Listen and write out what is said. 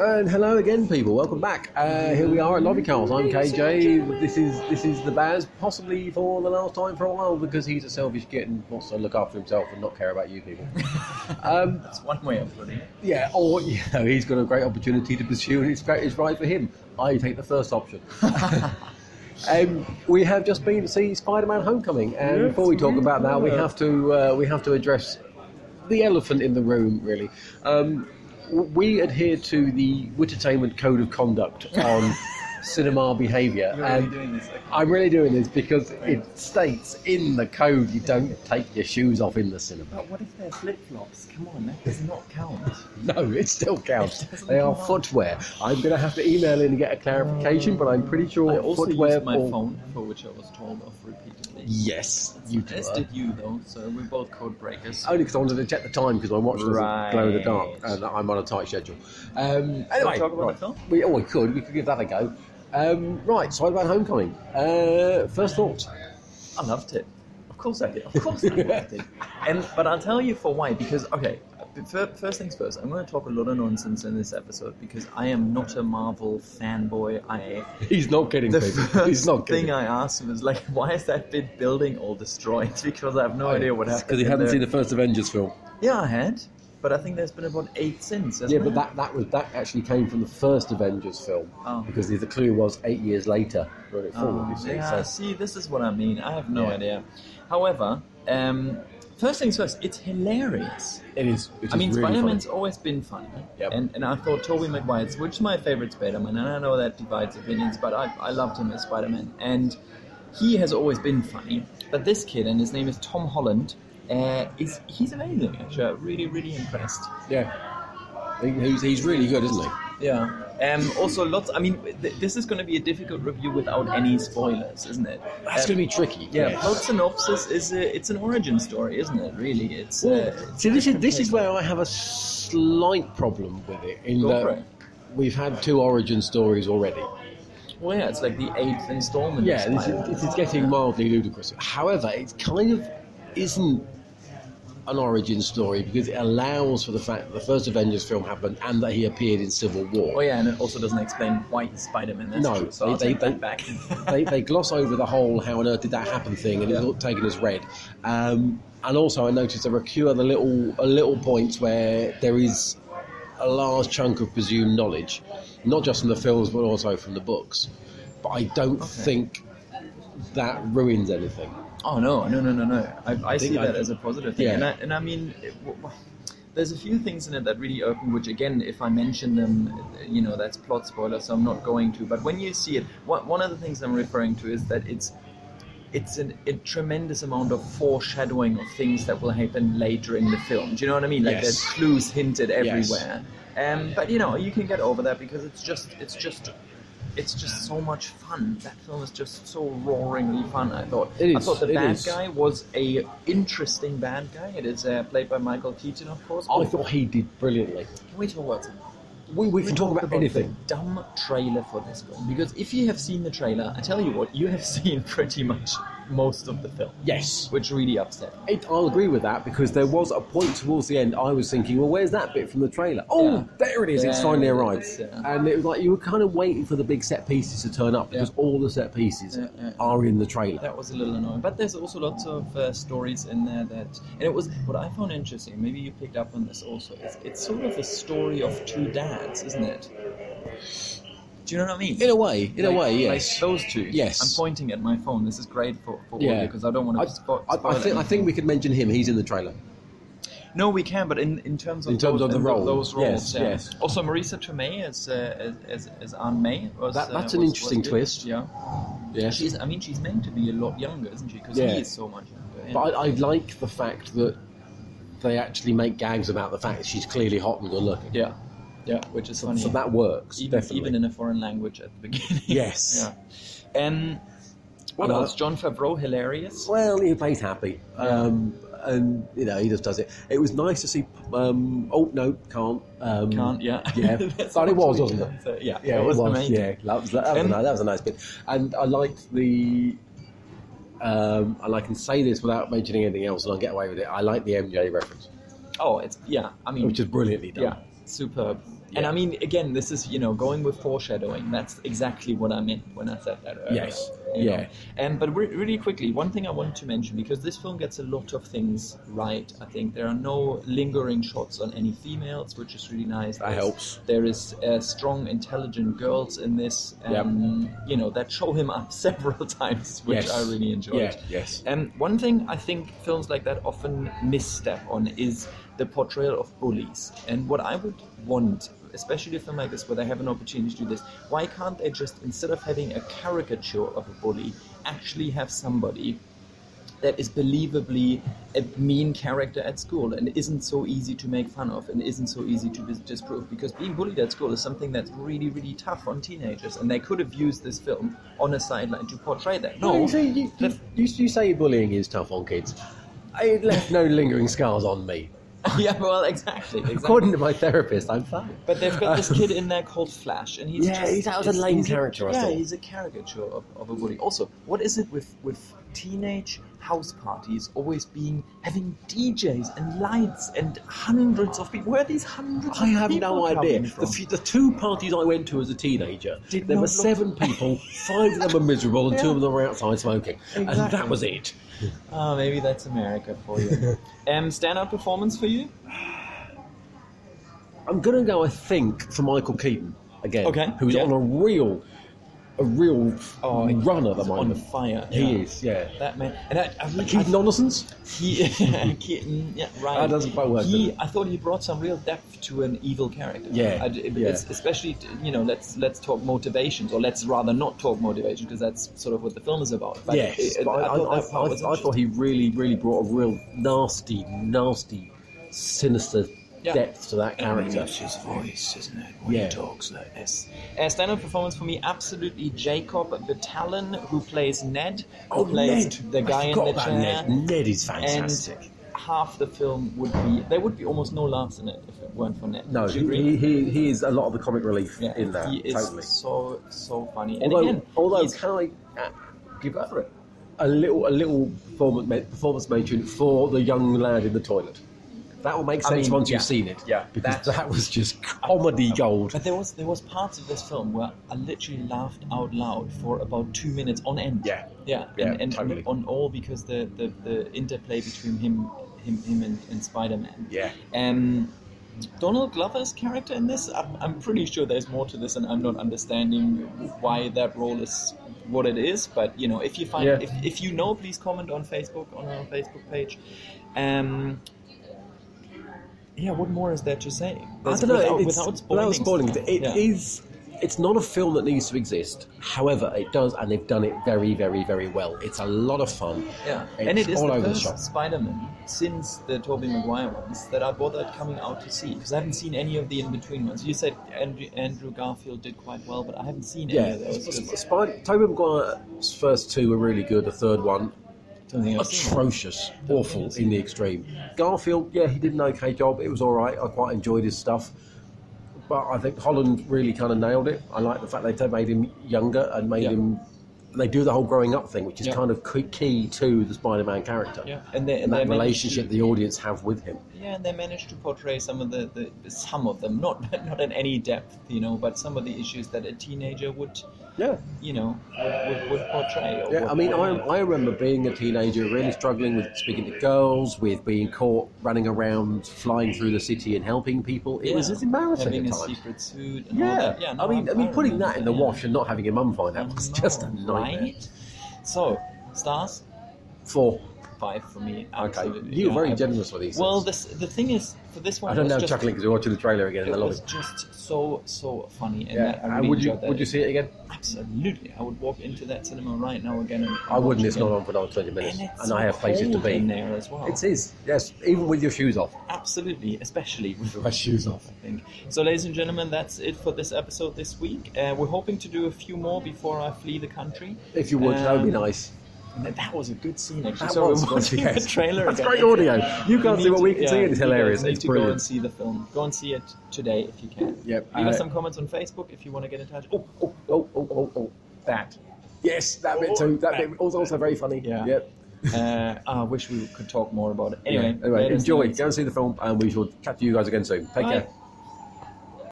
And hello again, people. Welcome back. Uh, here we are at Lobby Cars. I'm KJ. This is this is the Baz, possibly for the last time for a while because he's a selfish git and wants to look after himself and not care about you people. Um, That's one way of putting it. yeah, or you know, he's got a great opportunity to pursue, and it's great. It's right for him. I take the first option. um, we have just been to see Spider-Man: Homecoming, and before we talk about that, we have to uh, we have to address the elephant in the room, really. Um, w- we adhere to the Wittertainment Code of Conduct on cinema behaviour, You're and really doing this. Okay. I'm really doing this because it states in the code you don't take your shoes off in the cinema. But what if they're flip flops? Come on, that does not count. No, it still counts. It doesn't They are count. footwear. I'm going to have to email in and get a clarification, but I'm pretty sure I also footwear. used my or- phone, for which I was told off repeatedly. Yes, you do. As did you, though, so we're both code breakers. Only because I wanted to check the time because my watch doesn't Right. glow in the dark and I'm on a tight schedule. Um, anyway, talk about right. the film? We, oh, we could. We could give that a go. Um, right, so about Homecoming. Uh, first thoughts. I loved it. Of course I did. Of course I loved it. And but I'll tell you for why. Because okay, fir- first things first. I'm going to talk a lot of nonsense in this episode because I am not a Marvel fanboy. I He's not kidding, the people. He's first not kidding. thing I asked him was like, why is that big building all destroyed? Because I have no idea what happened. Because he in hadn't there. seen the first Avengers film. Yeah, I had. But I think there's been about eight since. hasn't Yeah, but there? that, that was that actually came from the first Avengers film Oh. because the, the clue was eight years later. Brought it forward, Ah, you see. So, yeah, see, this is what I mean. I have no Yeah. idea. However, um, first things first, it's hilarious. it is. It is I mean, really Spider Man's funny. always been funny. Yep. And, and I thought Tobey Maguire's, which is my favorite Spider Man, and I know that divides opinions, but I, I loved him as Spider Man. And he has always been funny. But this kid, and his name is Tom Holland, uh, is he's amazing, actually. I'm Really, really impressed. Yeah, he, he's, he's really good, isn't he? Yeah. Um, also, lots. I mean, th- this is going to be a difficult review without any spoilers, isn't it? That's going Uh, to be tricky. Yeah, plot synopsis is a, it's an origin story, isn't it? Really, it's. Uh, See, this is this is where I have a slight problem with it in Go that for it. we've had two origin stories already. well, oh, yeah, it's like the eighth installment. of Yeah, this is, Spider-Man. this is getting mildly ludicrous. However, it kind of isn't an origin story because it allows for the fact that the first Avengers film happened and that he appeared in Civil War. Oh yeah, and it also doesn't explain why he's Spider-Man. That's No, true. So they- I'll they- take they- that back. they, they gloss over the whole how on earth did that happen thing and it's all taken as read. Um, and also, I noticed there are a few other little uh, little points where there is a large chunk of presumed knowledge, not just from the films but also from the books. But I don't think that ruins anything. oh no, no, no, no, no. I, I see think I that did. as a positive thing, Yeah. and I and I mean. It, w- w- there's a few things in it that really irk me, which again, if I mention them, you know, that's plot spoiler, so I'm not going to. But when you see it, one one of the things I'm referring to is that it's it's an, a tremendous amount of foreshadowing of things that will happen later in the film. Do you know what I mean? Like Yes. there's clues hinted Yes. everywhere. Um, but you know, you can get over that because it's just it's just it's just so much fun. That film is just so roaringly fun. I thought. It I is, thought the it bad is. guy was a interesting bad guy. It is uh, played by Michael Keaton, of course. I thought he did brilliantly. Can we talk about something? We, we can talk about anything. The dumb trailer for this film because if you have seen the trailer, I tell you what, you have seen pretty much most of the film, Yes. which really upset. me. It, I'll agree with that because there was a point towards the end I was thinking, well, where's that bit from the trailer? Oh, Yeah. there it is! It's There finally it arrived, is, yeah. and it was like you were kind of waiting for the big set pieces to turn up because all the set pieces Yeah, yeah. are in the trailer. That was a little annoying, but there's also lots of uh, stories in there that, and it was what I found interesting. Maybe you picked up on this also. It's, it's sort of a story of two dads, isn't it? Do you know what I mean? In a way, in a Like- way, like yes. those two. Yes. I'm pointing at my phone. This is great for, for Yeah. audio because I don't want I, to spoil. I, I think I think we could mention him. He's in the trailer. No, we can, but in, in terms of In terms those, of the in role, those yes, roles, yeah. yes. Also, Marisa Tomei as uh, as, as, as Aunt May. Was, That- that's uh, an was- interesting was good. twist. Yeah, Yes, she's. I mean, she's meant to be a lot younger, isn't she? Because Yeah. he is so much younger. but I, I like the fact that they actually make gags about the fact that she's clearly hot and good looking. yeah, yeah, which is funny. So that works even, definitely. even in a foreign language at the beginning. Yes. yeah. Um, what Well, else? John Favreau, hilarious. Well, he plays happy, um, and you know he just does it. It was nice to see. Um, oh no, can't. Um, Can't yeah. Yeah, That's but it was, actually- wasn't it? So, yeah, Yeah, it was, amazing. Yeah, that was, that, was Um, a, ni- that was a nice bit, and I liked the. Um, and I can say this without mentioning anything else, and I'll get away with it. I like the MJ reference, Oh, it's yeah. I mean, which is brilliantly done. yeah, superb. And Yeah. I mean, again, this is you know going with foreshadowing. That's exactly what I meant when I said that. Earlier, Yes. you know. Yeah. Um, but re- really quickly, one thing I wanted to mention because this film gets a lot of things right. I think there are no lingering shots on any females, which is really nice. That There's- helps. There is uh, strong, intelligent girls in this. Um, You know that show him up several times, which Yes. I really enjoyed. Yeah, yes. Um, one thing I think films like that often misstep on is the portrayal of bullies. And what I would want, especially a film like this where they have an opportunity to do this, why can't they just, instead of having a caricature of a bully, actually have somebody that is believably a mean character at school and isn't so easy to make fun of and isn't so easy to dis- disprove because being bullied at school is something that's really really tough on teenagers and they could have used this film on a sideline to portray that no Oh, you, say, you, you, you, you say bullying is tough on kids. It left no lingering scars on me. yeah, well, exactly. exactly. According to my therapist, I'm fine. but they've got this kid in there called Flash, and he's Yeah, just, he's- that was a lame he's character, I yeah, thought. he's a caricature of, of a bully. Also, what is it with with teenage house parties always being having DJs and lights and hundreds of people? Where are these hundreds? I of have people no idea. coming The, from? few, the two parties I went to as a teenager, Did there not were look- seven people, five of them were miserable, and two of them were outside smoking. And that Exactly. was it. Oh, maybe that's America for you. um, standout performance for you? I'm going to go, I think, for Michael Keaton again, Okay, who's yeah. on a real, a real Oh, run at the he's on moment. fire. He yeah. is, yeah. That man, and I, I really, I Keaton Donaldson's? He, he- mm, yeah, right. That doesn't quite work, He, does I thought he brought some real depth to an evil character. Yeah, I d- it- yeah. it's- especially you know, let's let's talk motivations, or let's rather not talk motivations because that's sort of what the film is about. But Yes, it- it- but I, I, thought I, that part was I, I thought he really, really brought a real nasty, nasty, sinister Yeah. depth to that character. his voice, isn't it? when he Yeah. talks like this. Uh, stand-up performance for me, absolutely Jacob Batalon, who plays Ned, who plays the guy Oh, I in forgot the about chair. Ned. Ned is and fantastic. half the film would be there would be almost no laughs in it if it weren't for Ned. no, Would you he, agree? he, he, he is a lot of the comic relief yeah, in that. he is totally. so so funny. And Although, again, although he's- can I uh, give a, a little a little performance ma- performance mention for the young lad in the toilet? That will make I sense mean, once you've yeah, seen it. yeah, because that's- that was just comedy gold. but there was there was parts of this film where I literally laughed out loud for about two minutes on end. Yeah. yeah, Yeah, and, and totally. on all because the, the, the interplay between him him him and, and Spider Man. Yeah. Um, Donald Glover's character in this, I'm, I'm pretty sure there's more to this, and I'm not understanding why that role is what it is. But you know, if you find Yeah. if, if you know, please comment on Facebook on our Facebook page. Um, yeah, what more is there to say? There's- I don't know. Without, it's, without spoiling, without spoiling it, stuff. it Yeah. is- It's not a film that needs to exist. However, it does, and they've done it very, very, very well. It's a lot of fun. Yeah, It's and it is all the over the first shop. Spider-Man since the Tobey Maguire ones that I bothered coming out to see because I haven't seen any of the in-between ones. You said Andrew, Andrew Garfield did quite well, but I haven't seen Yeah, any of those. 'cause Spider- Tobey Maguire's first two were really good. The third one, I don't think I've seen them. atrocious, awful in the extreme. Garfield, yeah, he did an okay job. It was all right. I quite enjoyed his stuff. But I think Holland really kind of nailed it. I like the fact they made him younger and made Yeah. him. They do the whole growing up thing, which is Yeah. kind of key- key to the Spider-Man character. Yeah, and, they, and and they that managed relationship To, the audience have with him. yeah, and they managed to portray some of the, the some of them, not not in any depth, you know, but some of the issues that a teenager would, Yeah, you know, would, would portray. Or yeah. would- I mean, I, I remember being a teenager, really struggling with speaking to girls, with being caught running around, flying through the city, and helping people. It yeah, was just embarrassing having at a times. secret suit. And all Yeah, that. yeah. I no, mean, I mean, putting remember that in the yeah. wash and not having your mum find out was No, just a nightmare. Right? So, stars, Four. five for me. Okay, Absolutely. you were Yeah, very I- generous with these. Well, things. this, the thing is, for this one, I it don't was know, just, chuckling because we're watching the trailer again in It the lobby. was just so so funny, and Yeah, that I really and would you enjoyed that. would you see it again? Absolutely, I would walk into that cinema right now again. And, and I wouldn't. watch It's it not again. on for another twenty minutes, And, and, it's I have places to cold in be. there as well. It is yes, even with your shoes off. absolutely, especially with My shoes off. think. So, ladies and gentlemen, that's it for this episode this week. Uh, we're hoping to do a few more before I flee the country. If you would, that would be Um, nice. That that was a good scene, actually. That Sorry, was we're good, watching yes. the trailer. That's again. great audio. You can't need see what to- we can see. It's you guys hilarious. need It's to Go and brilliant. see the film. Go and see it today if you can. Yep. Leave us Uh, some comments on Facebook if you want to get in touch. Oh, Oh, oh, oh, oh, oh, that. Yes, that bit too. That bit was also very funny. Yeah. Yep. uh, I wish we could talk more about it. Anyway, Yeah. Anyway, let us know. enjoy. Go and see the film, and we shall catch you guys again soon. Take Bye. care.